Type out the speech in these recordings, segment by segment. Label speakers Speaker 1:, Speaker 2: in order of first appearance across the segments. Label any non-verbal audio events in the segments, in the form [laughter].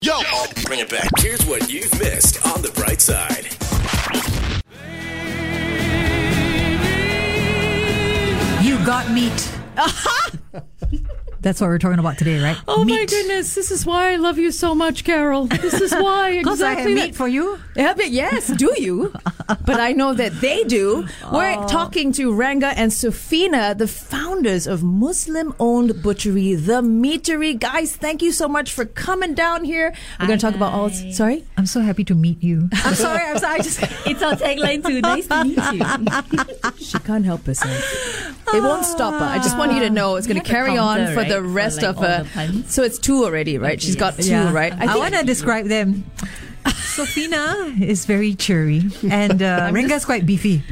Speaker 1: Yo!
Speaker 2: Bring it back. Here's what you've missed on the bright side.
Speaker 3: You got meat. That's what we're talking about today, right?
Speaker 4: Oh my
Speaker 3: meat.
Speaker 4: goodness, this is why I love you so much, Carol. This is why [laughs]
Speaker 3: Because I have
Speaker 4: exactly
Speaker 3: meat
Speaker 4: that.
Speaker 3: for you.
Speaker 4: Yeah, but yes, do [laughs] you? But I know that they do. We're talking to Ranga and Sufina, the founders of Muslim-owned butchery, The Meatery. Guys, thank you so much for coming down here. We're going to talk about all. Sorry,
Speaker 3: I'm so happy to meet [laughs] you.
Speaker 4: I'm sorry. I'm sorry. I [laughs] just
Speaker 5: It's our
Speaker 4: [laughs]
Speaker 5: tagline too. Nice to meet you.
Speaker 4: she can't help herself. It won't stop her. I just want you to know it's going
Speaker 5: have
Speaker 4: to
Speaker 5: a
Speaker 4: carry on
Speaker 5: counter,
Speaker 4: for the
Speaker 5: right, for
Speaker 4: rest
Speaker 5: like
Speaker 4: of
Speaker 5: all
Speaker 4: her.
Speaker 5: the puns?
Speaker 4: So it's two already, right? She's got two, right?
Speaker 3: I, want to describe
Speaker 4: [laughs]
Speaker 3: them. Sofina is very cheery, and [laughs] uh, Renga's quite beefy.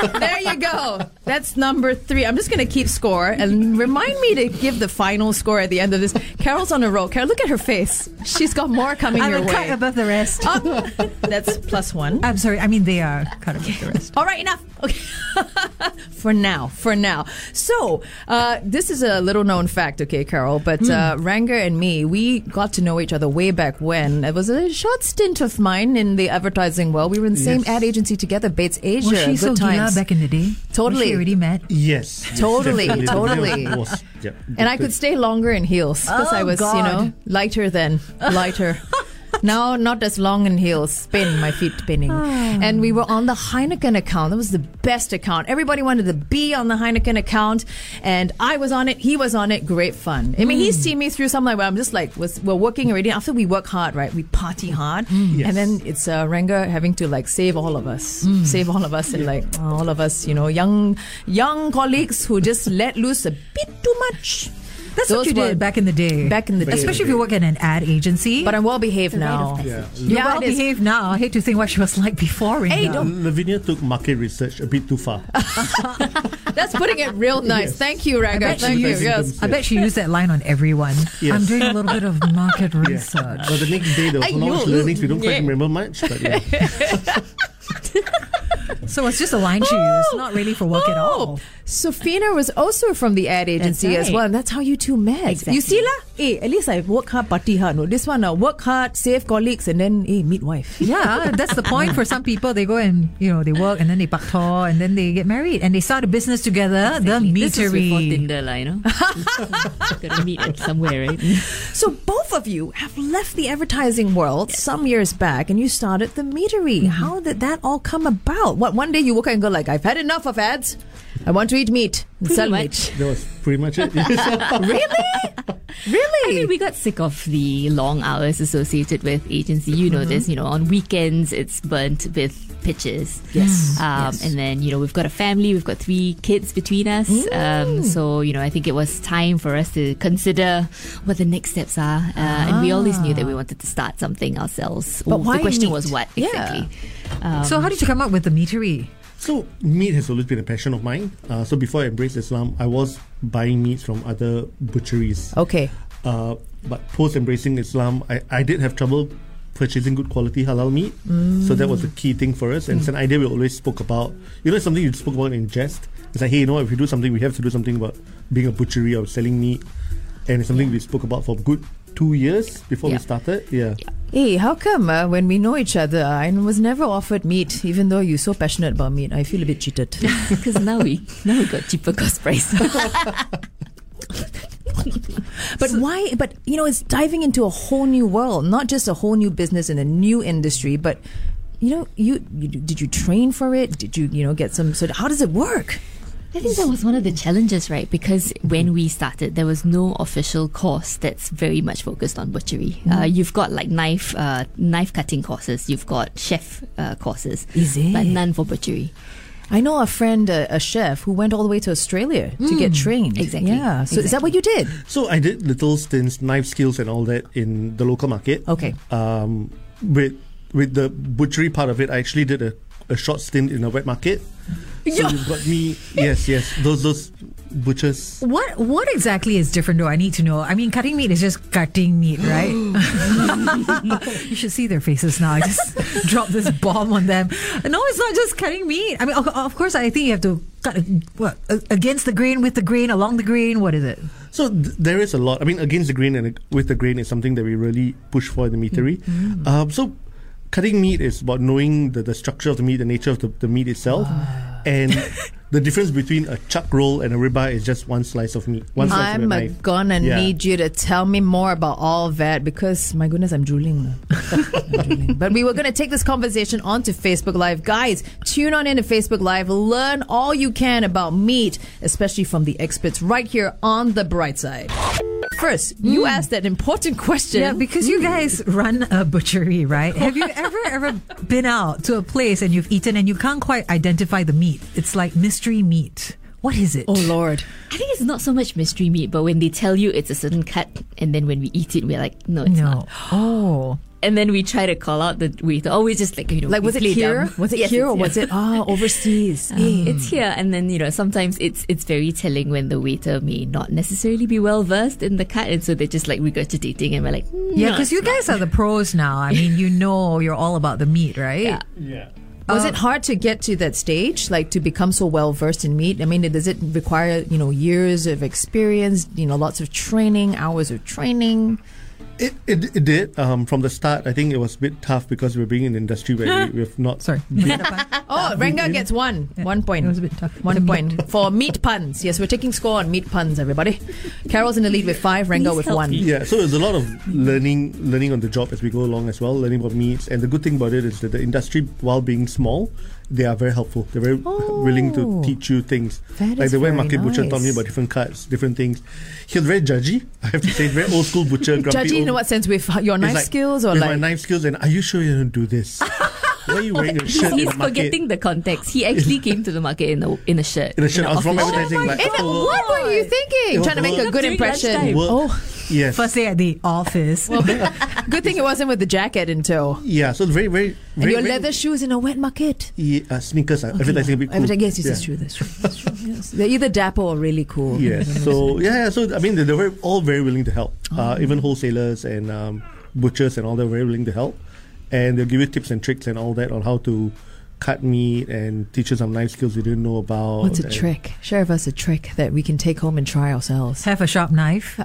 Speaker 4: There you go. That's number three. I'm just going to keep score and remind me to give the final score at the end of this. Carol's on a roll. Carol, look at her face. She's got more coming
Speaker 3: I'm
Speaker 4: your
Speaker 3: a cut
Speaker 4: way.
Speaker 3: above the rest.
Speaker 4: Up. [laughs] That's plus one.
Speaker 3: Oh, I'm sorry. I mean, they are cut above the rest.
Speaker 4: All right, enough. Okay. [laughs] for now, for now. So, uh, this is a little known fact, okay, Carol, but
Speaker 3: Hmm.
Speaker 4: uh, Ranga and me, we got to know each other way back when. It was a short stint of mine in the advertising world. We were in the same ad agency together, Bates Asia.
Speaker 3: Was she
Speaker 4: Good
Speaker 3: so gila
Speaker 4: times.
Speaker 3: back in the day? Was
Speaker 4: Totally.
Speaker 3: she already mad?
Speaker 1: Yes.
Speaker 4: [laughs]
Speaker 1: yes,
Speaker 4: Totally,
Speaker 1: definitely.
Speaker 4: totally.
Speaker 1: Yeah, of course. Yeah.
Speaker 4: And I could stay longer in heels because
Speaker 3: Oh,
Speaker 4: I was, you
Speaker 3: God.
Speaker 4: know, lighter then,
Speaker 3: [laughs]
Speaker 4: lighter. now not as long in heels. Pin my feet pinning.
Speaker 3: Ah.
Speaker 4: and we were on the Heineken account. That was the best account. Everybody wanted to be on the Heineken account, and I was on it. He was on it. Great fun. I
Speaker 3: Mm.
Speaker 4: mean, he's seen me through something like where I'm just like, was we're working already. After we work hard, right? We party
Speaker 3: Mm.
Speaker 4: hard,
Speaker 1: Yes.
Speaker 4: and then it's uh, Renga having to like save all of us,
Speaker 3: Mm.
Speaker 4: save all of us, and like all of us, you know, young young colleagues who just let loose a bit too much.
Speaker 3: That's what
Speaker 4: Those
Speaker 3: you
Speaker 4: were-
Speaker 3: did back in the day.
Speaker 4: Back in the day.
Speaker 3: Especially if you work at an ad agency.
Speaker 4: But I'm well behaved now.
Speaker 1: Yeah.
Speaker 3: You're
Speaker 4: Yeah,
Speaker 3: well
Speaker 4: it is.
Speaker 3: behaved now. I hate to think what she was like before. Renga.
Speaker 4: Hey, don't-
Speaker 1: Lavinia took market research a bit
Speaker 4: [laughs]
Speaker 1: too far.
Speaker 4: That's putting it real nice. Thank you, Raga.
Speaker 3: bet
Speaker 4: Thank
Speaker 3: she
Speaker 4: you.
Speaker 3: is.
Speaker 4: Yes.
Speaker 3: I bet she used that line on everyone.
Speaker 1: Yes.
Speaker 3: I'm doing a little bit of market research.
Speaker 1: But the next day, there was a lot of
Speaker 4: Aiyo.
Speaker 1: learnings. We don't quite
Speaker 4: Yeah.
Speaker 1: remember much.
Speaker 4: [laughs]
Speaker 1: But yeah.
Speaker 3: So it's just a line she used, not really for work at all.
Speaker 4: Sofina was also from the ad agency
Speaker 5: That's
Speaker 4: as well,
Speaker 5: right.
Speaker 4: and that's how you two met. You see lah? Eh, at least I work hard, party hard. No, this one, uh, work hard, save colleagues, and then eh, meet wife.
Speaker 3: Yeah, that's the point for some people. They go and you know they work and then they paktor and then they get married and they start a business together. The
Speaker 5: This was before
Speaker 3: meatery.
Speaker 5: Tinder, lah, you
Speaker 4: [laughs]
Speaker 5: know. Gotta meet at somewhere, right?
Speaker 4: [laughs] So both of you have left the advertising world some years back, and you started the meatery. How did that all come about? What one day you woke up and go like, "I've had enough of ads. I want to eat meat." And
Speaker 5: Pretty
Speaker 4: sell
Speaker 5: much.
Speaker 1: That was pretty much it.
Speaker 4: [laughs]
Speaker 1: Yes.
Speaker 4: meat. Really?
Speaker 5: I mean, we got sick of the long hours associated with agency. You know
Speaker 4: Mm-hmm.
Speaker 5: this, you know, on weekends it's burnt with pitches.
Speaker 4: Yes.
Speaker 5: Um, And then, you know, we've got a family, we've got three kids between us.
Speaker 4: Mm.
Speaker 5: Um, so, you know, I think it was time for us to consider what the next steps are. Uh, And we always knew that we wanted to start something ourselves.
Speaker 4: Ah. But why
Speaker 5: the question
Speaker 4: meat?
Speaker 5: was what
Speaker 4: Yeah.
Speaker 5: exactly? Um,
Speaker 3: So how did you come up with the meatery?
Speaker 1: so, meat has always been a passion of mine. Uh, so, before I embraced Islam, I was buying meats from other butcheries.
Speaker 4: Okay.
Speaker 1: Uh, but post embracing Islam, I, I did have trouble purchasing good quality halal meat. So that was the key thing for us. And it's an idea we always spoke about. You know, it's something you spoke about in jest. It's like, hey, you know, what, if we do something, we have to do something about being a butchery or selling meat. And it's something we spoke about for a good two years before we
Speaker 5: Yeah.
Speaker 1: started. Yeah.
Speaker 4: Hey, how come uh, when we know each other, I was never offered meat, even though you're so passionate about meat? I feel a bit cheated.
Speaker 5: Because now we now we got cheaper cost price.
Speaker 4: [laughs] But why? But you know, it's diving into a whole new world, not just a whole new business and a new industry, but. You know, you, you did you train for it? Did you, you know, get some sort of how does it work?
Speaker 5: I think that was one of the challenges, right? Because when we started, there was no official course that's very much focused on butchery. Uh,
Speaker 4: Mm.
Speaker 5: you've got like knife, uh, knife cutting courses. You've got chef uh, courses,
Speaker 4: Is it?
Speaker 5: but none for butchery.
Speaker 4: I know a friend, uh, a, a chef, who went all the way to Australia to get trained.
Speaker 5: Exactly.
Speaker 4: Yeah. So is that what you did?
Speaker 1: So I did little stints, knife skills, and all that in the local market.
Speaker 4: Okay.
Speaker 1: Um, with with the butchery part of it, I actually did a, a short stint in a wet market. So
Speaker 4: Yeah.
Speaker 1: you've got me, yes, yes, those those butchers.
Speaker 3: What what exactly is different though? I need to know. I mean, cutting meat is just cutting meat,
Speaker 4: [laughs]
Speaker 3: right? you should see their faces now. I just [laughs] dropped this bomb on them. No, it's not just cutting meat. I mean, of- of course, I think you have to cut uh, what, uh, against the grain, with the grain, along the grain. What is it?
Speaker 1: So th- there is a lot. I mean, against the grain and ag- with the grain is something that we really push for in the meatery.
Speaker 4: Mm-hmm.
Speaker 1: Um, so cutting meat is about knowing the, the structure of the meat, the nature of the, the meat itself,
Speaker 4: Ah. [laughs]
Speaker 1: and the difference between a chuck roll and a ribeye is just one slice of meat, one slice of
Speaker 4: I'm
Speaker 1: a
Speaker 4: uh,
Speaker 1: knife.
Speaker 4: gonna
Speaker 1: Yeah.
Speaker 4: need you to tell me more about all that because my goodness, I'm
Speaker 1: [laughs]
Speaker 4: drooling. I'm drooling. But we were gonna take this conversation onto Facebook Live, guys. Tune on into Facebook Live. Learn all you can about meat, especially from the experts, right here on the Bright Side. First, you asked that important question.
Speaker 3: Yeah, because you guys run a butchery, right? Have you
Speaker 4: [laughs]
Speaker 3: ever ever been out to a place and you've eaten and you can't quite identify the meat? It's like mystery meat. What is it?
Speaker 4: oh Lord,
Speaker 5: I think it's not so much mystery meat, but when they tell you it's a certain cut, and then when we eat it, we're like, no, it's
Speaker 3: no.
Speaker 5: not.
Speaker 3: Oh,
Speaker 5: And then we try to call out the waiter. Always just like you know,
Speaker 4: like was it
Speaker 5: we play
Speaker 4: here?
Speaker 5: dumb.
Speaker 4: Was it
Speaker 5: [laughs] Yes,
Speaker 4: here
Speaker 5: it's
Speaker 4: or
Speaker 5: Uh-huh.
Speaker 4: was it ah overseas?
Speaker 1: Um,
Speaker 4: Eh.
Speaker 5: It's here, and then you know sometimes it's it's very telling when the waiter may not necessarily be well versed in the cut, and so they're just like regurgitating, and we're like, "Hmm,
Speaker 3: yeah,
Speaker 5: "No,
Speaker 3: because you guys are the pros now. I mean, you know, you're all about the meat, right?
Speaker 5: Yeah.
Speaker 1: Yeah.
Speaker 4: Was it hard to get to that stage, like to become so well versed in meat? I mean, does it require you know years of experience, you know, lots of training, hours of training?
Speaker 1: It, it, it did. Um, from the start, I think it was a bit tough because we're being in an industry
Speaker 4: [laughs]
Speaker 1: where we, we've not. [laughs]
Speaker 3: Sorry.
Speaker 4: Oh, Renga gets one, one point.
Speaker 3: it was a bit tough.
Speaker 4: One
Speaker 3: It's a
Speaker 4: point for meat puns. Yes, we're taking score on meat puns, everybody. Carol's in the lead with five, Renga
Speaker 5: Please
Speaker 4: with
Speaker 5: help
Speaker 4: one.
Speaker 5: me.
Speaker 1: Yeah, so there's a lot of learning, learning on the job as we go along as well, learning about meats. And the good thing about it is that the industry, while being small, they are very helpful. They're very willing to
Speaker 4: Oh.
Speaker 1: teach you things.
Speaker 4: That
Speaker 1: like
Speaker 4: is
Speaker 1: the way
Speaker 4: very
Speaker 1: Market Butcher taught me
Speaker 4: nice.
Speaker 1: about different cuts, different things. He was very judgy. I have to say, very old school butcher. grumpy
Speaker 4: Judgy, in
Speaker 1: old-
Speaker 4: what sense? With your
Speaker 1: It's
Speaker 4: knife
Speaker 1: like,
Speaker 4: skills or
Speaker 1: with
Speaker 4: like?
Speaker 1: my knife skills? And are you sure you don't do this? Why are you wearing
Speaker 4: [laughs]
Speaker 1: a shirt? in
Speaker 5: He's
Speaker 1: the market?
Speaker 5: forgetting the context. He
Speaker 1: [laughs]
Speaker 5: actually came to the market in a in a shirt.
Speaker 1: In a shirt, I was from
Speaker 5: office
Speaker 1: advertising. like,
Speaker 4: Eh,
Speaker 1: oh,
Speaker 4: what were you thinking?
Speaker 1: It
Speaker 4: Trying to
Speaker 1: was
Speaker 4: make a
Speaker 1: work.
Speaker 4: good
Speaker 5: During
Speaker 4: impression.
Speaker 5: lunchtime.
Speaker 1: Work.
Speaker 4: Oh,
Speaker 1: yes.
Speaker 3: First day at the office.
Speaker 4: good thing it wasn't with the jacket in tow.
Speaker 1: Yeah, so it's very, very,
Speaker 4: And
Speaker 1: very
Speaker 4: your
Speaker 1: very-
Speaker 4: leather shoes in a wet market.
Speaker 1: Yeah, uh, sneakers are advertising a bit cool.
Speaker 4: Everything, yes, yes,
Speaker 1: yeah.
Speaker 4: that's true. That's true. That's true yes. They're either dapper or really cool.
Speaker 1: Yes. So yeah, yeah. So I mean, they, they were all very willing to help.
Speaker 4: Oh.
Speaker 1: Uh, even wholesalers and um, butchers and all, they're very willing to help, and they'll give you tips and tricks and all that on how to cut meat and teach you some knife skills you didn't know about.
Speaker 4: What's a
Speaker 1: and-
Speaker 4: trick? Share with us a trick that we can take home and
Speaker 3: [laughs]
Speaker 4: try ourselves.
Speaker 3: Have a sharp knife.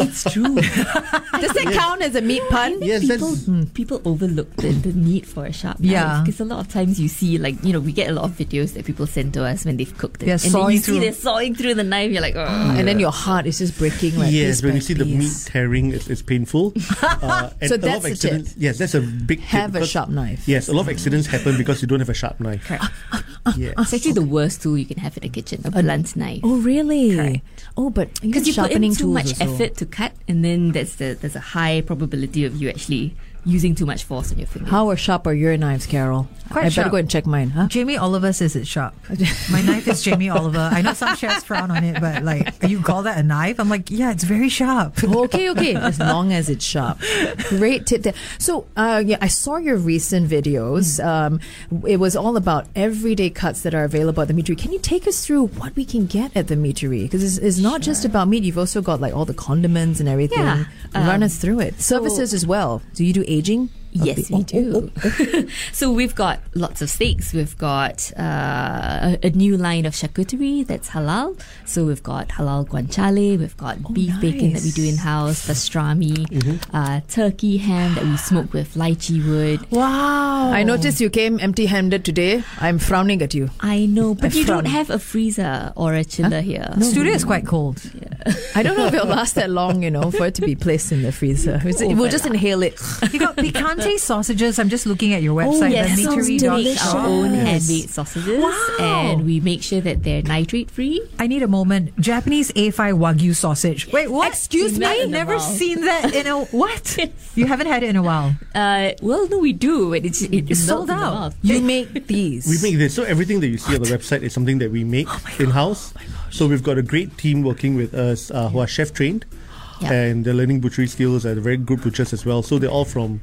Speaker 5: It's true.
Speaker 4: Does that count as a meat pun?
Speaker 1: Yes,
Speaker 5: people hmm,
Speaker 1: that's
Speaker 5: people overlook the, the need for a sharp
Speaker 3: Yeah.
Speaker 5: knife because a lot of times you see like you know we get a lot of videos that people send to us when they've cooked it
Speaker 3: They're
Speaker 5: and then
Speaker 3: sawing
Speaker 5: you see
Speaker 3: through.
Speaker 5: they're sawing through the knife you're like
Speaker 1: [laughs]
Speaker 5: oh
Speaker 4: And then your heart is just breaking like piece
Speaker 1: yes. When you
Speaker 4: by
Speaker 1: see the meat
Speaker 4: piece.
Speaker 1: tearing, it's,
Speaker 4: [laughs]
Speaker 1: it's painful. Uh, and
Speaker 4: So
Speaker 1: a
Speaker 4: that's
Speaker 1: lot of
Speaker 4: the tip.
Speaker 1: accidents. Yes, that's a big. tip
Speaker 4: Have a
Speaker 1: because-
Speaker 4: sharp knife.
Speaker 1: Yes, a lot of accidents happen because you don't have a sharp knife.
Speaker 5: Correct.
Speaker 1: Yeah.
Speaker 5: it's actually the worst tool you can have in the kitchen a blunt knife
Speaker 4: Oh really? Oh, but
Speaker 5: because you put in
Speaker 4: sharpening
Speaker 5: too
Speaker 4: tools
Speaker 5: much
Speaker 4: also.
Speaker 5: effort to cut and then that's the there's a high probability of you actually using too much force on your finger
Speaker 4: How are sharp are your knives, Carol?
Speaker 3: Quite
Speaker 4: I better
Speaker 3: sharp.
Speaker 4: go and check mine, huh?
Speaker 3: Jamie Oliver says it's sharp. My knife is Jamie Oliver. I know some chefs frown on it, but like, you call that a knife? I'm like, yeah, it's very sharp.
Speaker 4: okay, okay. As long as it's sharp. Great tip there. So, uh, yeah, I saw your recent videos. Um, it was all about everyday cuts that are available at the meatery. Can you take us through what we can get at the meatery? Because it's, it's not just about meat. You've also got like all the condiments and everything.
Speaker 5: Yeah,
Speaker 4: Run
Speaker 5: um,
Speaker 4: us through it. Services as well. Do you do aging?
Speaker 5: Yes,
Speaker 4: Oh,
Speaker 5: we
Speaker 4: oh,
Speaker 5: do. so we've got lots of steaks. We've got uh, a a new line of charcuterie that's halal. So we've got halal guanciale. We've got
Speaker 4: Oh,
Speaker 5: beef bacon that we do in house, pastrami,
Speaker 4: Mm-hmm.
Speaker 5: uh, turkey ham that we smoke with lychee wood.
Speaker 3: Wow.
Speaker 4: I noticed you came empty-handed today. I'm frowning at you.
Speaker 5: I know, but you
Speaker 4: frown.
Speaker 5: don't have a freezer or a chiller here.
Speaker 3: Studio is quite cold.
Speaker 4: I don't know if it'll last that long, you know, for it to be placed in the [laughs] freezer. We'll just inhale it.
Speaker 3: You got picante sausages. I'm just looking at your website.
Speaker 5: Oh, yes,
Speaker 3: the
Speaker 5: we
Speaker 3: meatery.com.
Speaker 5: make our own
Speaker 4: Yes.
Speaker 5: handmade sausages, and we make sure that they're nitrate [laughs] free.
Speaker 3: I need a moment. Japanese A5 Wagyu sausage. Wait, what?
Speaker 5: Excuse me?
Speaker 3: I've
Speaker 5: In a
Speaker 3: never
Speaker 5: while.
Speaker 3: seen that in
Speaker 5: [laughs]
Speaker 3: a what? You haven't had it in a while.
Speaker 5: Uh, well, no, we do, but it's it
Speaker 3: It's
Speaker 5: melts
Speaker 3: sold
Speaker 5: in the
Speaker 3: out.
Speaker 5: mouth.
Speaker 4: [laughs] [laughs] You make these.
Speaker 1: We make this. So everything that you see on the website is something that we make in house. so we've got a great team working with us uh, who are chef trained,
Speaker 5: Yeah.
Speaker 1: and they're learning butchery skills. and They're very good butchers as well. So they're all from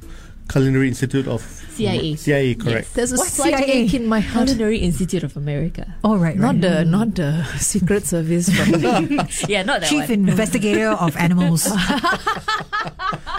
Speaker 1: Culinary Institute of
Speaker 5: CIA.
Speaker 1: CIA, correct?
Speaker 4: There's a
Speaker 3: What
Speaker 4: slight
Speaker 3: CIA?
Speaker 4: ache in my heart.
Speaker 5: Culinary Institute of America.
Speaker 3: All right, right.
Speaker 4: Not the not the [laughs] Secret Service from the,
Speaker 5: Yeah, [laughs] not that
Speaker 3: Chief
Speaker 5: one.
Speaker 3: Investigator of
Speaker 5: [laughs]
Speaker 3: Animals.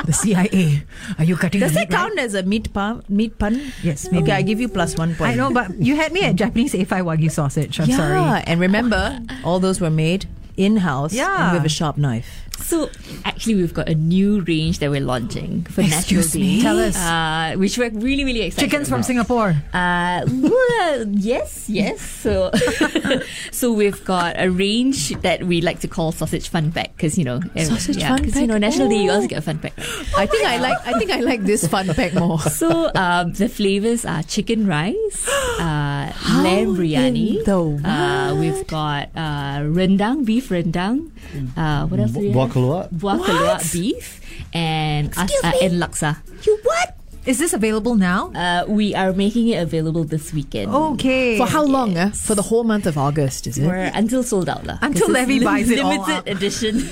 Speaker 3: the CIA. Are you cutting
Speaker 4: [laughs] Does [laughs]
Speaker 3: the
Speaker 4: that
Speaker 3: meat right?
Speaker 4: count as a meat pun? Meat pun?
Speaker 3: Yes,
Speaker 4: Okay,
Speaker 3: maybe.
Speaker 4: I give you plus one point.
Speaker 3: I know, but you had me at Japanese A5 Wagyu sausage. I'm
Speaker 4: yeah,
Speaker 3: sorry.
Speaker 4: [laughs] and remember, all those were made in house
Speaker 3: Yeah.
Speaker 4: and with a sharp knife.
Speaker 5: So actually, we've got a new range that we're launching for
Speaker 3: Excuse
Speaker 5: National
Speaker 3: me?
Speaker 5: Day.
Speaker 3: Tell us.
Speaker 5: uh, which we're really really excited.
Speaker 3: Chickens from
Speaker 5: about.
Speaker 3: Singapore.
Speaker 5: Uh, well, yes, yes. So, [laughs] so we've got a range that we like to call sausage fun pack because you know eh,
Speaker 4: Sausage
Speaker 5: yeah,
Speaker 4: fun
Speaker 5: 'cause, You know,
Speaker 4: pack?
Speaker 5: National Day you
Speaker 4: Oh.
Speaker 5: also get a fun pack.
Speaker 4: I think I like. I think I like this fun pack [laughs] more.
Speaker 5: So um, the flavors are chicken rice, uh, lamb biryani.
Speaker 4: in the world?
Speaker 5: uh, we've got uh, rendang, beef rendang. Uh, what else? do we
Speaker 1: Buah
Speaker 5: have?
Speaker 1: keluak.
Speaker 5: Buah keluak beef and
Speaker 4: Excuse
Speaker 5: uh,
Speaker 4: me?
Speaker 5: and laksa.
Speaker 4: you what?
Speaker 3: Is this available now?
Speaker 5: Uh, we are making it available this weekend.
Speaker 4: Oh,
Speaker 3: Okay.
Speaker 4: For how long? eh? For the whole month of August, is it?
Speaker 5: We're until sold out lah.
Speaker 3: Until
Speaker 5: 'Cause it's
Speaker 3: Levy buys it all
Speaker 5: limited
Speaker 3: up.
Speaker 4: [laughs]
Speaker 5: edition.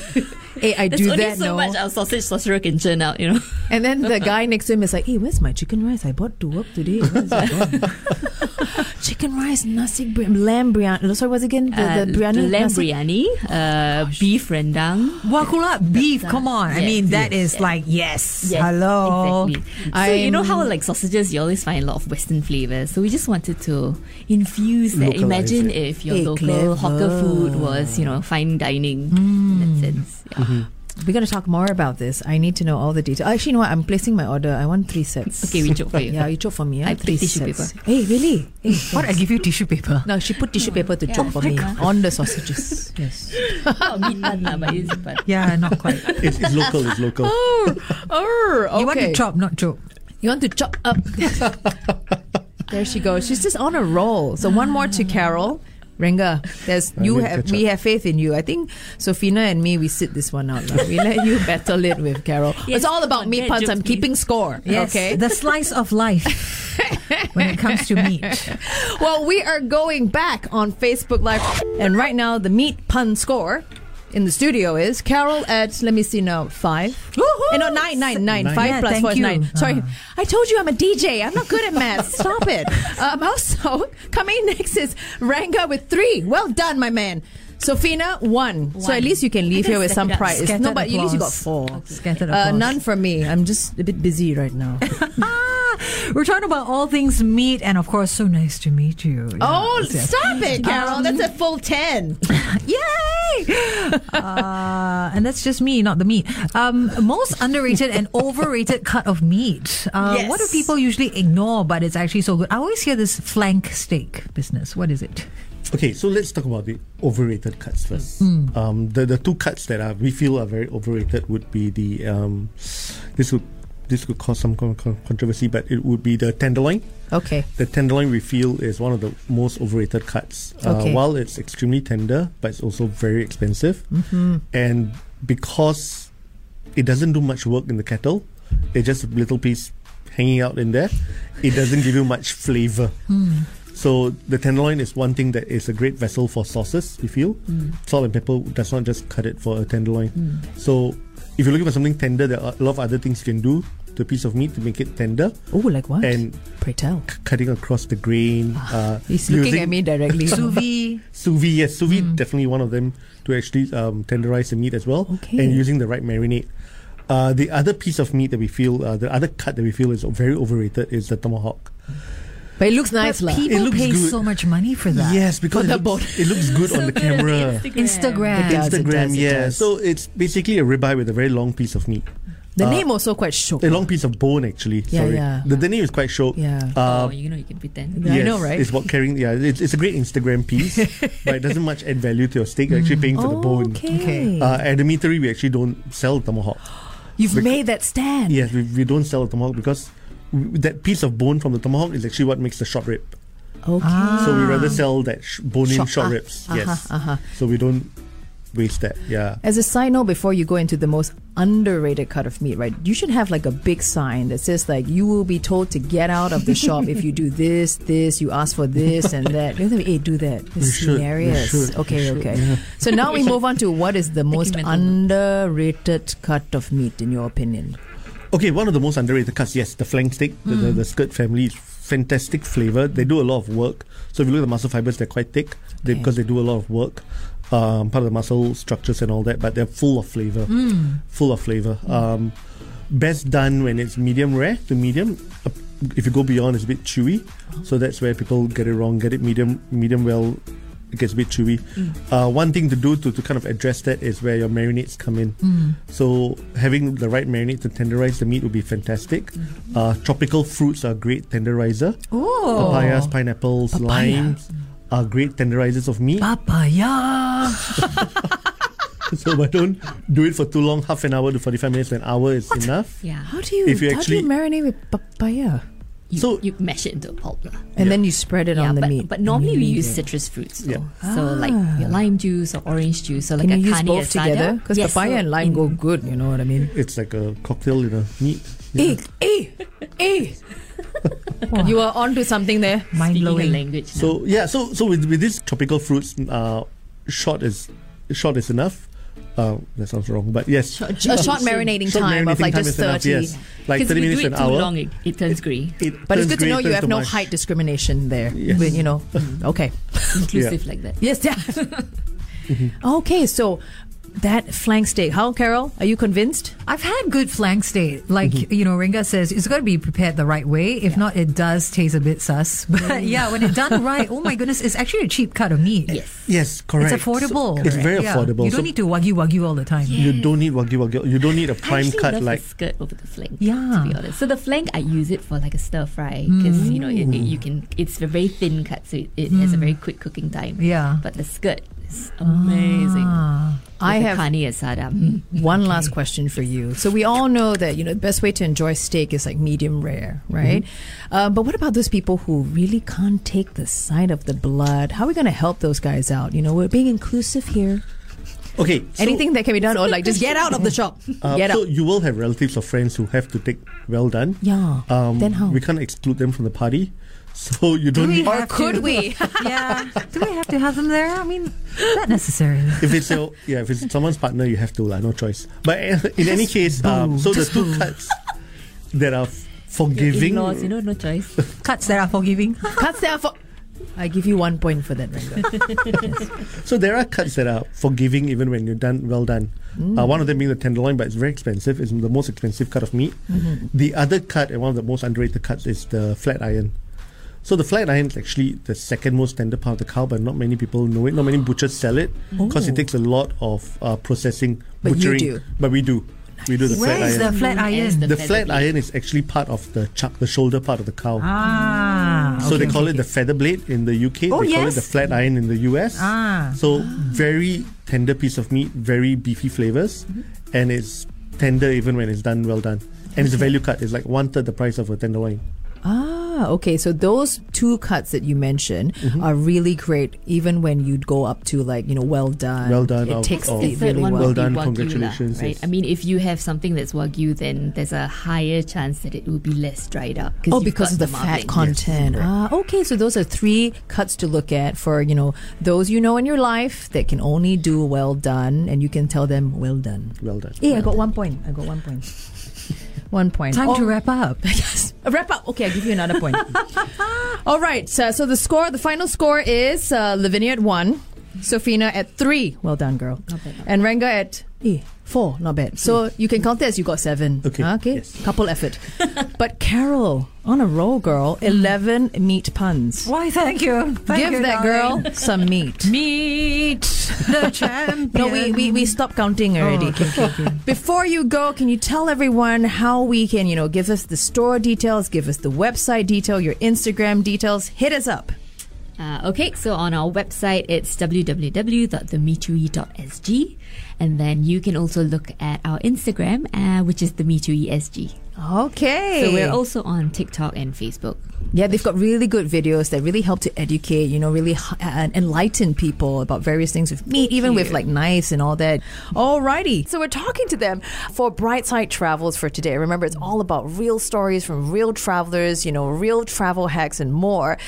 Speaker 4: Hey, Eh, I
Speaker 5: There's
Speaker 4: do
Speaker 5: only
Speaker 4: that,
Speaker 5: so
Speaker 4: no.
Speaker 5: much our sausage sorcerer can churn out, you know.
Speaker 4: And then the guy next to him is like, "Hey, where's my chicken rice? I bought two up today. Where's it gone?" [laughs] chicken rice, nasi biryani, lamb biryani. No, sorry, what's it again? The, the
Speaker 5: Uh,
Speaker 4: biryani,
Speaker 5: lamb
Speaker 4: nasi-
Speaker 5: biryani, uh, beef rendang.
Speaker 3: Wakula beef. Come on. I
Speaker 5: Yes,
Speaker 3: mean, that is
Speaker 5: yes, yes.
Speaker 3: like, yes.
Speaker 5: Yes,
Speaker 3: Hello.
Speaker 5: Exactly. So you know how like sausages, you always find a lot of Western flavors. So we just wanted to infuse that.
Speaker 1: Localise
Speaker 5: Imagine
Speaker 1: it.
Speaker 5: if your
Speaker 4: Eh,
Speaker 5: local
Speaker 4: clever.
Speaker 5: hawker food was, you know, fine dining
Speaker 4: Hmm.
Speaker 5: in that sense. Yeah.
Speaker 4: We're going to talk more about this. I need to know all the detail. Actually, you know what? I'm placing my order. I want three sets.
Speaker 5: Okay, we joke for you.
Speaker 4: Yeah, you chop for me. Yeah?
Speaker 5: I put
Speaker 4: three
Speaker 5: tissue
Speaker 4: sets. Hey, really? Hey,
Speaker 3: What? I give you tissue paper.
Speaker 4: [laughs] no, she put tissue paper to
Speaker 5: Yeah.
Speaker 4: chop for
Speaker 5: Oh my
Speaker 4: me
Speaker 5: God.
Speaker 4: on the sausages. [laughs] yes. [laughs]
Speaker 5: Not meat bun lah, but it's bun.
Speaker 3: Yeah, not quite. [laughs]
Speaker 1: It's, it's local. It's
Speaker 4: [laughs]
Speaker 1: local.
Speaker 4: Oh, oh, okay.
Speaker 3: You want to chop, not joke.
Speaker 4: You want to chop
Speaker 1: [laughs]
Speaker 4: up. there she goes. She's just on a roll. So one more to Carol. Renga, there's
Speaker 1: I
Speaker 4: you
Speaker 1: need to
Speaker 4: have
Speaker 1: catch
Speaker 4: we
Speaker 1: up.
Speaker 4: have faith in you. I think Sofina and me we sit this one out. Now. We let you [laughs] battle it with Carol. it's
Speaker 5: Yes,
Speaker 4: all about
Speaker 5: come on,
Speaker 4: meat
Speaker 5: get
Speaker 4: puns.
Speaker 5: jokes,
Speaker 4: I'm
Speaker 5: please.
Speaker 4: keeping score.
Speaker 3: Yes.
Speaker 4: Okay.
Speaker 3: The slice of
Speaker 4: [laughs]
Speaker 3: life when it comes to meat.
Speaker 4: well, we are going back on Facebook Live, and right now the meat pun score in the studio is Carol at let me see now five.
Speaker 3: Woohoo!
Speaker 4: Eh, no, nine, nine, nine.
Speaker 1: Nine.
Speaker 4: Five
Speaker 3: Yeah,
Speaker 4: plus
Speaker 3: thank
Speaker 4: four is
Speaker 3: you.
Speaker 4: nine. Sorry,
Speaker 3: Uh-huh.
Speaker 4: I told you I'm a DJ. I'm not good at math. Stop it. Um, also, [laughs] coming next is Ranga with three. Well done, my man. Sofina, one. So
Speaker 5: One.
Speaker 4: at least you can leave
Speaker 5: I can
Speaker 4: here with
Speaker 5: stack
Speaker 4: some
Speaker 5: it up.
Speaker 4: pride. It's-
Speaker 3: Scattered
Speaker 4: No, but at least you got
Speaker 3: applause.
Speaker 4: four.
Speaker 3: Okay. Scattered
Speaker 4: Uh,
Speaker 3: applause.
Speaker 4: none for me. I'm just a bit busy right now.
Speaker 3: Ah, we're talking about all things meat, and of course, so nice to meet you. Yeah,
Speaker 4: Oh,
Speaker 3: yes.
Speaker 4: stop it, Carol.
Speaker 3: Um,
Speaker 4: That's a full 10.
Speaker 3: Yay! [laughs] uh, and that's just me, not the meat. Um, most underrated and overrated cut of meat. Uh,
Speaker 4: Yes.
Speaker 3: What do people usually ignore, but it's actually so good? I always hear this flank steak business. What is it?
Speaker 1: Okay, so let's talk about the overrated cuts first. Um, the the two cuts that are, we feel are very overrated would be the um, this would this could cause some con- con- controversy, but it would be the tenderloin.
Speaker 4: [laughs] Okay.
Speaker 1: The tenderloin we feel is one of the most overrated cuts. Uh,
Speaker 4: Okay.
Speaker 1: While it's extremely tender, but it's also very expensive, and because it doesn't do much work in the kettle, it's just a little piece hanging out in there. It doesn't give you much flavor. So the tenderloin is one thing that is a great vessel for sauces. We feel salt and pepper does not just cut it for a tenderloin. So if you're looking for something tender, there are a lot of other things you can do to a piece of meat to make it tender
Speaker 4: Oh, like what?
Speaker 1: and
Speaker 4: Pray tell.
Speaker 1: c- cutting across the grain.
Speaker 4: Ah,
Speaker 1: Uh,
Speaker 4: He's looking
Speaker 1: using
Speaker 4: at me Hmm.
Speaker 3: [laughs]
Speaker 4: directly.
Speaker 3: Sous vide.
Speaker 1: Sous vide, yes, sous vide definitely one of them to actually um, tenderize the meat as well,
Speaker 4: Okay.
Speaker 1: and using the right marinade. Uh, the other piece of meat that we feel, uh, the other cut that we feel is very overrated is the tomahawk.
Speaker 4: but it looks nice,
Speaker 3: But
Speaker 4: lah.
Speaker 3: people
Speaker 1: looks
Speaker 3: pay
Speaker 1: good.
Speaker 3: so much money for that.
Speaker 1: Yes, because
Speaker 4: the
Speaker 1: it looks, it looks
Speaker 4: [laughs]
Speaker 1: good on the
Speaker 3: Instagram.
Speaker 1: camera.
Speaker 4: It does, it
Speaker 1: Instagram,
Speaker 4: does, it
Speaker 1: yeah.
Speaker 4: does.
Speaker 1: So it's basically a ribeye with a very long piece of meat.
Speaker 4: The
Speaker 1: Uh,
Speaker 4: name also quite shook.
Speaker 1: A long piece of bone, actually.
Speaker 4: Yeah,
Speaker 1: Sorry.
Speaker 4: yeah.
Speaker 1: The, the name is quite short.
Speaker 4: Yeah.
Speaker 1: Uh,
Speaker 5: oh, you know you can pretend.
Speaker 4: I
Speaker 1: Yes,
Speaker 4: know, right?
Speaker 1: It's what carrying. Yeah, it's, it's a great Instagram
Speaker 4: [laughs]
Speaker 1: piece, but it doesn't much add value to your steak. You're actually paying for the bone.
Speaker 4: Okay.
Speaker 1: Uh, at the meatery, we actually don't sell tomahawk.
Speaker 4: You've made that stand.
Speaker 1: Yes, we, we don't sell tomahawk because w- that piece of bone from the tomahawk is actually what makes the short rib.
Speaker 4: Okay.
Speaker 3: Ah.
Speaker 1: So we rather sell that sh- bone-in
Speaker 4: Ah. Short-
Speaker 1: short,
Speaker 4: ah,
Speaker 1: ribs.
Speaker 4: uh-huh,
Speaker 1: yes.
Speaker 4: uh-huh.
Speaker 1: So we don't waste that. Yeah.
Speaker 4: As a side note, before you go into the most underrated cut of meat, right? You should have like a big sign that says like you will be told to get out of the shop if you do
Speaker 1: [laughs]
Speaker 4: this, this. You ask for this and that. You have to, hey, do that. It's
Speaker 1: should, we
Speaker 4: hilarious.
Speaker 1: should, we
Speaker 4: okay,
Speaker 1: should,
Speaker 4: okay. So now we move on to what is the most
Speaker 5: mental
Speaker 4: underrated cut of meat in your opinion?
Speaker 1: Okay, one of the most underrated cuts, yes, the flank steak, the, the, the skirt family, is fantastic flavor. They do a lot of work. So if you look at the muscle fibers, they're quite thick they,
Speaker 4: Okay.
Speaker 1: because they do a lot of work, um, part of the muscle structures and all that. But they're full of flavor, full of flavor. Um, best done when it's medium rare to medium. Uh, If you go beyond, it's a bit chewy. So that's where people get it wrong. Get it medium, medium well it gets a bit chewy. Uh, one thing to do to, to kind of address that is where your marinades come in. So having the right marinade to tenderize the meat would be fantastic. Uh, tropical fruits are a great tenderizer.
Speaker 3: Oh.
Speaker 1: Papayas, pineapples, limes are great tenderizers of meat.
Speaker 3: Papaya.
Speaker 1: [laughs] so but don't do it for too long. Half an hour to forty-five minutes to an hour is enough.
Speaker 5: Yeah.
Speaker 4: How do you,
Speaker 1: If you
Speaker 4: how do
Speaker 1: actually-
Speaker 4: you marinate with papaya?
Speaker 5: You,
Speaker 1: So-
Speaker 5: you mash it into a pulp. lah.
Speaker 4: And then you spread it on the
Speaker 5: but,
Speaker 4: meat. Ah.
Speaker 5: but normally we use citrus fruits. Though. So like your lime juice or orange juice or like
Speaker 4: Can
Speaker 5: a
Speaker 4: you use
Speaker 5: carne
Speaker 4: both
Speaker 5: asada.
Speaker 4: together? Because
Speaker 5: Yes, Mm-hmm.
Speaker 4: papaya
Speaker 5: so
Speaker 4: and lime
Speaker 5: in-
Speaker 4: go good, you know what I mean?
Speaker 1: It's like a cocktail in a meat.
Speaker 4: Eh, eh, eh. [laughs] you are onto something there.
Speaker 3: Mind
Speaker 5: speaking a
Speaker 3: blowing.
Speaker 5: language. now.
Speaker 1: So yeah, so so with with these tropical fruits, uh, short is short is enough. Uh, that sounds wrong, but yes,
Speaker 5: Short-
Speaker 4: A short marinating
Speaker 1: Short
Speaker 4: time of like
Speaker 1: marinating time
Speaker 4: just
Speaker 1: is enough,
Speaker 4: 30.
Speaker 1: yes. like
Speaker 5: 'Cause if
Speaker 1: thirty minutes
Speaker 5: you
Speaker 1: an
Speaker 5: do it too
Speaker 1: hour.
Speaker 5: long, it, it turns grey.
Speaker 1: it
Speaker 4: But it's
Speaker 1: turns
Speaker 4: good to
Speaker 1: grey,
Speaker 4: know you
Speaker 1: turns
Speaker 4: have no
Speaker 1: mush.
Speaker 4: height discrimination there.
Speaker 1: Yes. Mm-hmm.
Speaker 4: But, you know, mm, okay.
Speaker 5: Inclusive like that.
Speaker 4: Yes, [laughs] yeah.
Speaker 1: Mm-hmm.
Speaker 4: okay, so that flank steak. How, Carol? Are you convinced?
Speaker 3: I've had good flank steak. Like, you know, Ringa says it's got to be prepared the right way. If not, it does taste a bit sus. [laughs] But yeah, when it's done right, oh my goodness, it's actually a cheap cut of meat.
Speaker 5: Yes.
Speaker 1: Yes, correct.
Speaker 3: It's affordable.
Speaker 1: it's very
Speaker 3: Yeah.
Speaker 1: affordable.
Speaker 3: You don't
Speaker 1: So
Speaker 3: need to wagyu wagyu all the time.
Speaker 1: you don't need wagyu wagyu. You don't need a
Speaker 5: I
Speaker 1: prime
Speaker 5: actually
Speaker 1: cut
Speaker 5: love
Speaker 1: like
Speaker 5: the skirt over the flank.
Speaker 3: Yeah.
Speaker 5: to be honest. So the flank, I use it for like a stir fry because you know it, it- you can. It's a very thin cut, so it, it has a very quick cooking time.
Speaker 3: Yeah.
Speaker 5: but the skirt is amazing.
Speaker 4: I
Speaker 5: With the
Speaker 4: have
Speaker 5: carne asada. Mm.
Speaker 4: One last question for you. So we all know that you know the best way to enjoy steak is like medium rare, right?
Speaker 1: Mm-hmm.
Speaker 4: Uh, but what about those people who really can't take the sight of the blood? How are we going to help those guys out? You know, we're being inclusive here.
Speaker 1: okay. so,
Speaker 4: Anything that can be done, or like just get out of the shop,
Speaker 1: [laughs] uh,
Speaker 4: get
Speaker 1: so
Speaker 4: out.
Speaker 1: you will have relatives or friends who have to take well done.
Speaker 4: Yeah.
Speaker 1: Um,
Speaker 4: then how?
Speaker 1: we can't exclude them from the party, [laughs] so you don't need.
Speaker 4: Or could we?
Speaker 3: [laughs] yeah. Do we have to have them there? I mean, not necessarily.
Speaker 1: if it's your yeah, if it's someone's partner, you have to like no choice. But uh, in any case, um, so the two cuts that are f- forgiving.
Speaker 5: In-laws, you know, no choice.
Speaker 3: Cuts that are forgiving.
Speaker 4: [laughs] Cuts there for. I give you one point for that,
Speaker 1: [laughs]
Speaker 4: Ranga.
Speaker 1: So there are cuts that are forgiving even when you're done well done.
Speaker 4: Mm.
Speaker 1: Uh, one of them being the tenderloin, but it's very expensive. It's the most expensive cut of meat.
Speaker 4: Mm-hmm.
Speaker 1: The other cut and one of the most underrated cuts is the flat iron. So the flat iron is actually the second most tender part of the cow, but not many people know it. Not many butchers sell it because it takes a lot of uh, processing,
Speaker 4: But you
Speaker 1: butchering.
Speaker 4: do.
Speaker 1: But we do. We do the
Speaker 3: Where
Speaker 1: flat
Speaker 3: is
Speaker 1: iron.
Speaker 3: the flat
Speaker 5: Known as
Speaker 3: iron?
Speaker 5: the
Speaker 1: The
Speaker 5: feather
Speaker 1: flat
Speaker 5: blade.
Speaker 1: iron is actually part of the chuck, the shoulder part of the cow.
Speaker 3: [laughs] Ah.
Speaker 1: so
Speaker 3: okay,
Speaker 1: they call
Speaker 3: okay.
Speaker 1: it the feather blade in the UK.
Speaker 3: Oh,
Speaker 1: they call it
Speaker 3: yes.
Speaker 1: the flat iron in the US.
Speaker 3: Ah.
Speaker 1: So very tender piece of meat, very beefy flavors,
Speaker 3: Mm-hmm.
Speaker 1: and it's tender even when it's done well done. And it's a value cut. It's like one third the price of a tenderloin.
Speaker 4: ah, okay. So those two cuts that you mentioned
Speaker 1: Mm-hmm.
Speaker 4: are really great, even when you go up to like you know well done.
Speaker 1: Well done,
Speaker 4: It
Speaker 1: of-
Speaker 4: takes
Speaker 1: of-
Speaker 4: it
Speaker 5: The third
Speaker 4: Oh. really
Speaker 5: one
Speaker 4: well.
Speaker 5: would be
Speaker 1: done,
Speaker 5: wagyu lah,
Speaker 1: congratulations,
Speaker 5: right?
Speaker 1: yes.
Speaker 5: I mean, if you have something that's wagyu, then there's a higher chance that it will be less dried up.
Speaker 4: Oh,
Speaker 5: you've
Speaker 4: because
Speaker 5: got
Speaker 4: of the,
Speaker 5: marbling.
Speaker 4: fat content. Ah, okay. So those are three cuts to look at for you know those you know in your life that can only do well done, and you can tell them well done.
Speaker 1: Well done.
Speaker 3: Eh,
Speaker 4: Hey, I got one point. I got one point. One point.
Speaker 3: Time
Speaker 4: Oh,
Speaker 3: to wrap up.
Speaker 4: yes. Wrap up. Okay, I'll give you another [laughs] point. All right. So, so the score, the final score is uh, Lavinia at one, Sofina at three. Well done, girl.
Speaker 5: Not bad, not
Speaker 4: And Renga at eh, four. Not bad. So you can count it as you got seven.
Speaker 1: Okay,
Speaker 4: Ah, Okay.
Speaker 1: yes.
Speaker 4: Couple [laughs] effort. but Carol on a roll, girl. Eleven meat puns.
Speaker 3: Why, thank you. Thank
Speaker 4: Give
Speaker 3: you,
Speaker 4: that
Speaker 3: darling.
Speaker 4: girl some meat.
Speaker 3: Meet [laughs] the champion.
Speaker 4: [laughs] No, we, we, we stopped counting already. [laughs] Before you go, can you tell everyone how we can, you know, give us the store details, give us the website detail, your Instagram details? Hit us up.
Speaker 5: Uh, okay, so on our website, it's E www.themetui.sg. And then you can also look at our Instagram, uh, which is themetuisg.
Speaker 4: Okay.
Speaker 5: So we're also on TikTok and Facebook.
Speaker 4: yeah, they've got really good videos that really help to educate, you know, really h- uh, enlighten people about various things with meat, even with like knives and all that. Alrighty. So we're talking to them for Brightside Travels for today. Remember, it's all about real stories from real travelers, you know, real travel hacks and more.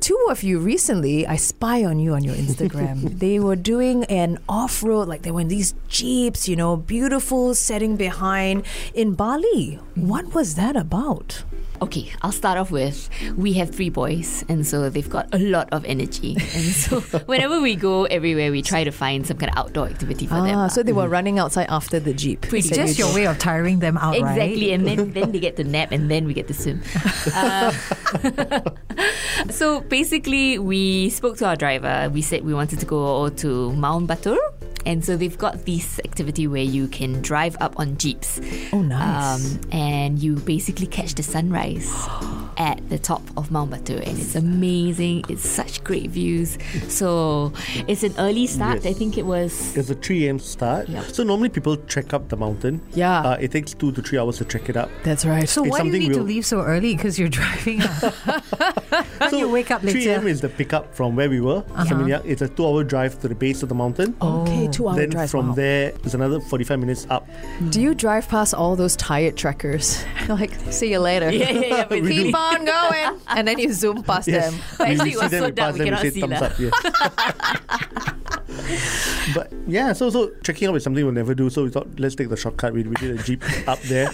Speaker 4: Two of you recently, I spy on you on your Instagram. they were doing an off road, like they were in these jeeps, you know, beautiful setting behind in Bali. What was that about?
Speaker 5: Okay, I'll start off with we have three boys, and so they've got a lot of energy. And [laughs] so whenever we go everywhere, we try to find some kind of outdoor activity for them.
Speaker 4: Ah,
Speaker 5: lah.
Speaker 4: so they were running outside after the jeep.
Speaker 5: Pretty
Speaker 4: That you
Speaker 3: Just your
Speaker 4: drove.
Speaker 3: way of tiring them out, right?
Speaker 5: Exactly, and then, then they get to nap, and then we get to swim. Uh, [laughs] so basically, we spoke to our driver. We said we wanted to go to Mount Batur, and so they've got this activity where you can drive up on jeeps. Um,
Speaker 4: Oh, nice.
Speaker 5: and you basically catch the sunrise. At the top of Mount Batur, and it's amazing. It's such great views. So it's an early start.
Speaker 1: Yes.
Speaker 5: I think it was
Speaker 1: It's a 3 a.m. start.
Speaker 5: Yep.
Speaker 1: So normally people trek up the mountain.
Speaker 4: Yeah.
Speaker 1: Uh, it takes two to three hours to trek it up.
Speaker 4: That's right.
Speaker 3: So
Speaker 1: It's
Speaker 3: why do you
Speaker 1: something
Speaker 3: need to
Speaker 1: we'll-
Speaker 3: leave so early? Because you're driving.
Speaker 5: [laughs]
Speaker 3: Up.
Speaker 1: so
Speaker 3: you wake up
Speaker 1: 3 a.m.
Speaker 3: later. Uh-huh.
Speaker 1: is the pickup from where we were. Seminyak. It's a two hour drive to the base of the mountain.
Speaker 3: Oh.
Speaker 4: okay, two hour
Speaker 1: Then
Speaker 4: drive.
Speaker 1: from
Speaker 4: wow.
Speaker 1: there, it's another 45 minutes up.
Speaker 4: Do you drive past all those tired trekkers? [laughs] like, see you later. [laughs]
Speaker 5: yeah, yeah,
Speaker 1: [laughs]
Speaker 5: yeah.
Speaker 1: We
Speaker 5: basically.
Speaker 1: do.
Speaker 4: Keep on going, and then you zoom past
Speaker 1: Yes.
Speaker 4: them.
Speaker 5: But
Speaker 1: We-
Speaker 5: actually
Speaker 1: we
Speaker 5: it
Speaker 1: see
Speaker 5: was
Speaker 1: them,
Speaker 5: so
Speaker 1: we
Speaker 5: dumb,
Speaker 1: pass
Speaker 5: we
Speaker 1: them,
Speaker 5: cannot
Speaker 1: we say
Speaker 5: see
Speaker 1: thumbs
Speaker 5: lah.
Speaker 1: up. Yes.
Speaker 5: [laughs]
Speaker 1: but yeah, so so checking up is something we'll never do. So we thought let's take the shortcut. We, we did a
Speaker 4: [laughs]
Speaker 1: jeep up there,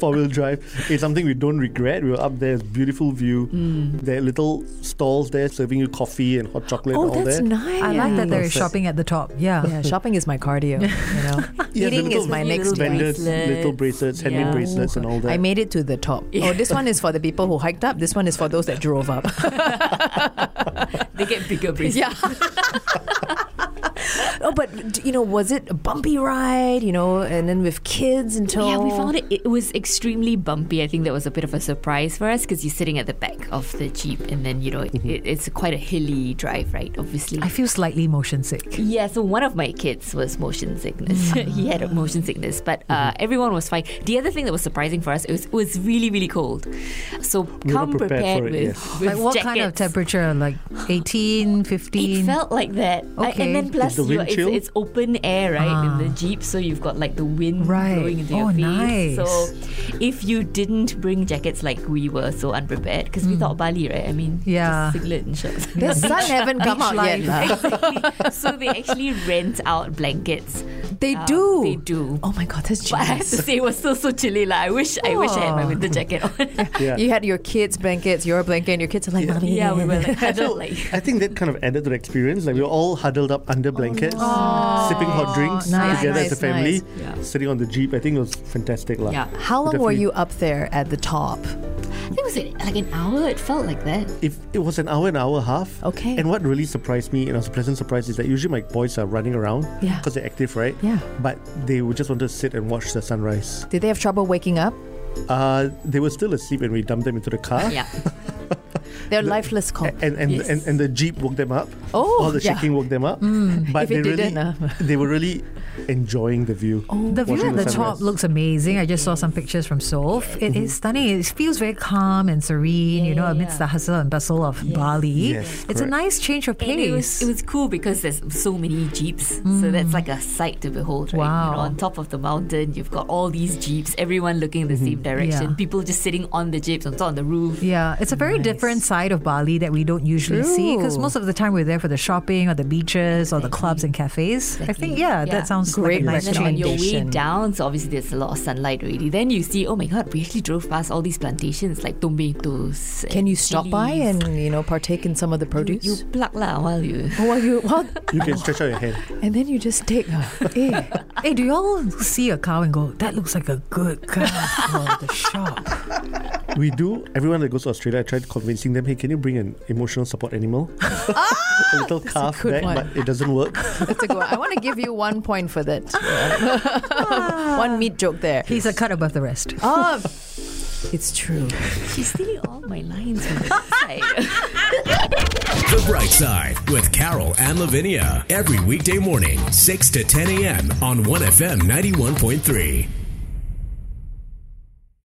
Speaker 1: four wheel drive. It's something we don't regret. We were up there, it's beautiful view.
Speaker 4: Mm.
Speaker 1: There are little stalls there serving you coffee and hot chocolate.
Speaker 4: Oh,
Speaker 1: and all
Speaker 4: that's
Speaker 1: there.
Speaker 4: nice.
Speaker 3: I like that there is
Speaker 1: Perfect.
Speaker 3: shopping at the top. Yeah.
Speaker 4: Yeah, shopping is my cardio.
Speaker 5: [laughs]
Speaker 4: You know,
Speaker 1: Yeah, the
Speaker 4: eating is
Speaker 1: little
Speaker 4: my
Speaker 5: Little
Speaker 4: next
Speaker 5: bit.
Speaker 4: day.
Speaker 1: Vendors, little bracelets, handmade
Speaker 5: Yeah.
Speaker 1: bracelets, and all that.
Speaker 4: I made it to the top. Oh, this one is for the people who hiked up. This one is for those that drove
Speaker 5: [laughs]
Speaker 4: up. [laughs]
Speaker 5: they get [laughs] bigger bracelets.
Speaker 4: yeah. oh, but d- you know, was it a bumpy ride? You know, and then with kids and tow.
Speaker 5: Oh, Yeah, we found it. It was extremely bumpy. I think that was a bit of a surprise for us because you're sitting at the back of the jeep, and then you know
Speaker 1: Mm-hmm.
Speaker 5: it, it's quite a hilly drive, right? Obviously.
Speaker 3: I feel slightly motion sick.
Speaker 5: yeah, so one of my kids was motion sickness. [laughs] he had a motion sickness, but
Speaker 1: Mm-hmm.
Speaker 5: uh, everyone was fine. The other thing that was surprising for us it was, it was really, really cold. So
Speaker 1: We were
Speaker 5: come
Speaker 1: not prepared for it,
Speaker 5: with,
Speaker 1: yes.
Speaker 5: with
Speaker 3: Like what kind of
Speaker 5: jackets.
Speaker 3: temperature? Like 18,
Speaker 5: It
Speaker 3: 15?
Speaker 5: felt like that. I-
Speaker 3: Okay.
Speaker 5: and then plus,
Speaker 1: the
Speaker 5: you're,
Speaker 1: wind
Speaker 5: it's,
Speaker 1: chill?
Speaker 5: it's open air, right,
Speaker 3: Ah.
Speaker 5: in the Jeep, so you've got like the wind
Speaker 3: Right.
Speaker 5: blowing into
Speaker 3: Oh,
Speaker 5: your
Speaker 3: nice.
Speaker 5: face. So if you didn't bring jackets like we were so unprepared, because we thought Bali, right? I mean,
Speaker 3: Yeah.
Speaker 5: just singlet and [laughs] shorts.
Speaker 4: The sun haven't come
Speaker 3: Beach
Speaker 4: out
Speaker 3: life.
Speaker 4: yet. lah.
Speaker 5: Exactly. so they actually rent out blankets.
Speaker 4: They
Speaker 5: Um,
Speaker 4: do.
Speaker 5: They do. [laughs]
Speaker 4: Oh my god, that's
Speaker 5: But I have
Speaker 4: genius.
Speaker 5: to say, it was still so chilly. Like, I wish, I wish I had my
Speaker 3: Aw.
Speaker 5: winter jacket on.
Speaker 1: yeah.
Speaker 4: You had your kids' blankets, your blanket, and your kids are like, mommy.
Speaker 5: [laughs]
Speaker 4: [laughs]
Speaker 5: yeah, we were like, [laughs] huddled,
Speaker 1: So,
Speaker 5: like.
Speaker 1: I think that kind of added to the experience. Like we were all huddled up under blankets, sipping hot drinks
Speaker 4: Oh, Nice,
Speaker 1: together
Speaker 4: nice,
Speaker 1: as a family,
Speaker 4: nice.
Speaker 5: Yeah.
Speaker 1: sitting on the jeep. I think it was fantastic, lah.
Speaker 5: Yeah.
Speaker 4: How long were
Speaker 1: Definitely.
Speaker 4: you up there at the top?
Speaker 5: I think it was like like an hour. It felt like that.
Speaker 1: If it was an hour, an hour and a half.
Speaker 4: Okay.
Speaker 1: And what really surprised me, and it was a pleasant surprise, is that usually my boys are running around
Speaker 4: Yeah.
Speaker 1: because they're active, right?
Speaker 4: Yeah.
Speaker 1: But they would just want to sit and watch the sunrise.
Speaker 4: Did they have trouble waking up?
Speaker 1: Uh, they were still asleep when we dumped them into the car.
Speaker 5: Yeah.
Speaker 4: They're lifeless. Comp-
Speaker 1: and and,
Speaker 5: Yes.
Speaker 1: and and the jeep woke them up.
Speaker 4: Oh,
Speaker 1: all the
Speaker 4: yeah.
Speaker 1: shaking woke them up.
Speaker 4: If
Speaker 1: But they
Speaker 4: it
Speaker 1: really,
Speaker 4: didn't, uh.
Speaker 1: they were really enjoying the view. Oh,
Speaker 3: The view at the Mm-hmm. top looks amazing. I just saw some pictures from Seoul. It is stunning. It feels very calm and serene, you know,
Speaker 5: yeah,
Speaker 3: amidst
Speaker 5: yeah.
Speaker 3: the hustle and bustle of Bali.
Speaker 1: Yes,
Speaker 3: it's a
Speaker 1: correct.
Speaker 3: nice change of
Speaker 5: And
Speaker 3: pace.
Speaker 5: it was, it was cool because there's so many jeeps, so
Speaker 4: Mm.
Speaker 5: that's like a sight to behold. Right? You know,
Speaker 3: Wow.
Speaker 5: on top of the mountain, you've got all these jeeps, everyone looking in the
Speaker 4: Mm-hmm.
Speaker 5: same direction.
Speaker 3: Yeah.
Speaker 5: People just sitting on the jeeps, on top of the roof.
Speaker 3: yeah, it's a very different side of Bali that we don't usually see because
Speaker 4: True.
Speaker 3: most of the time we're there for the shopping or the beaches or the clubs and cafes. I think, yeah,
Speaker 5: Yeah.
Speaker 3: that sounds
Speaker 4: Great
Speaker 3: like a nice
Speaker 5: And then on
Speaker 3: change.
Speaker 5: your way
Speaker 4: Plantation.
Speaker 5: down, so obviously there's a lot of sunlight already. Then you see, oh my god, we actually drove past all these plantations like tomatoes.
Speaker 4: Can
Speaker 5: and
Speaker 4: you stop by
Speaker 5: chilies.
Speaker 4: and you know partake in some of the
Speaker 5: you,
Speaker 4: produce?
Speaker 5: you pluck lah while you?
Speaker 4: [laughs] Oh, well, you
Speaker 5: [laughs]
Speaker 4: well,
Speaker 1: You can stretch out your hand.
Speaker 4: and then you just take. Uh, eh.
Speaker 3: Hey, do y'all see a cow and go, that looks like a good cow for the shop?
Speaker 1: We do. Everyone that goes to Australia, I tried convincing them, hey, can you bring an emotional support
Speaker 4: [laughs]
Speaker 1: animal? [laughs] a little calf
Speaker 4: Ah! good
Speaker 1: back,
Speaker 4: one.
Speaker 1: but it doesn't work.
Speaker 4: That's a good one. I want to give you one point for
Speaker 5: [laughs]
Speaker 4: that. [laughs] one meat joke there.
Speaker 3: He's a cut above the rest.
Speaker 4: Oh,
Speaker 5: [laughs]
Speaker 4: it's true.
Speaker 5: She's stealing all my lines from
Speaker 4: [laughs]
Speaker 5: the website.
Speaker 2: The Bright Side with Carol and Lavinia. Every weekday morning, 6 to 10 a.m. on 1FM 91.3.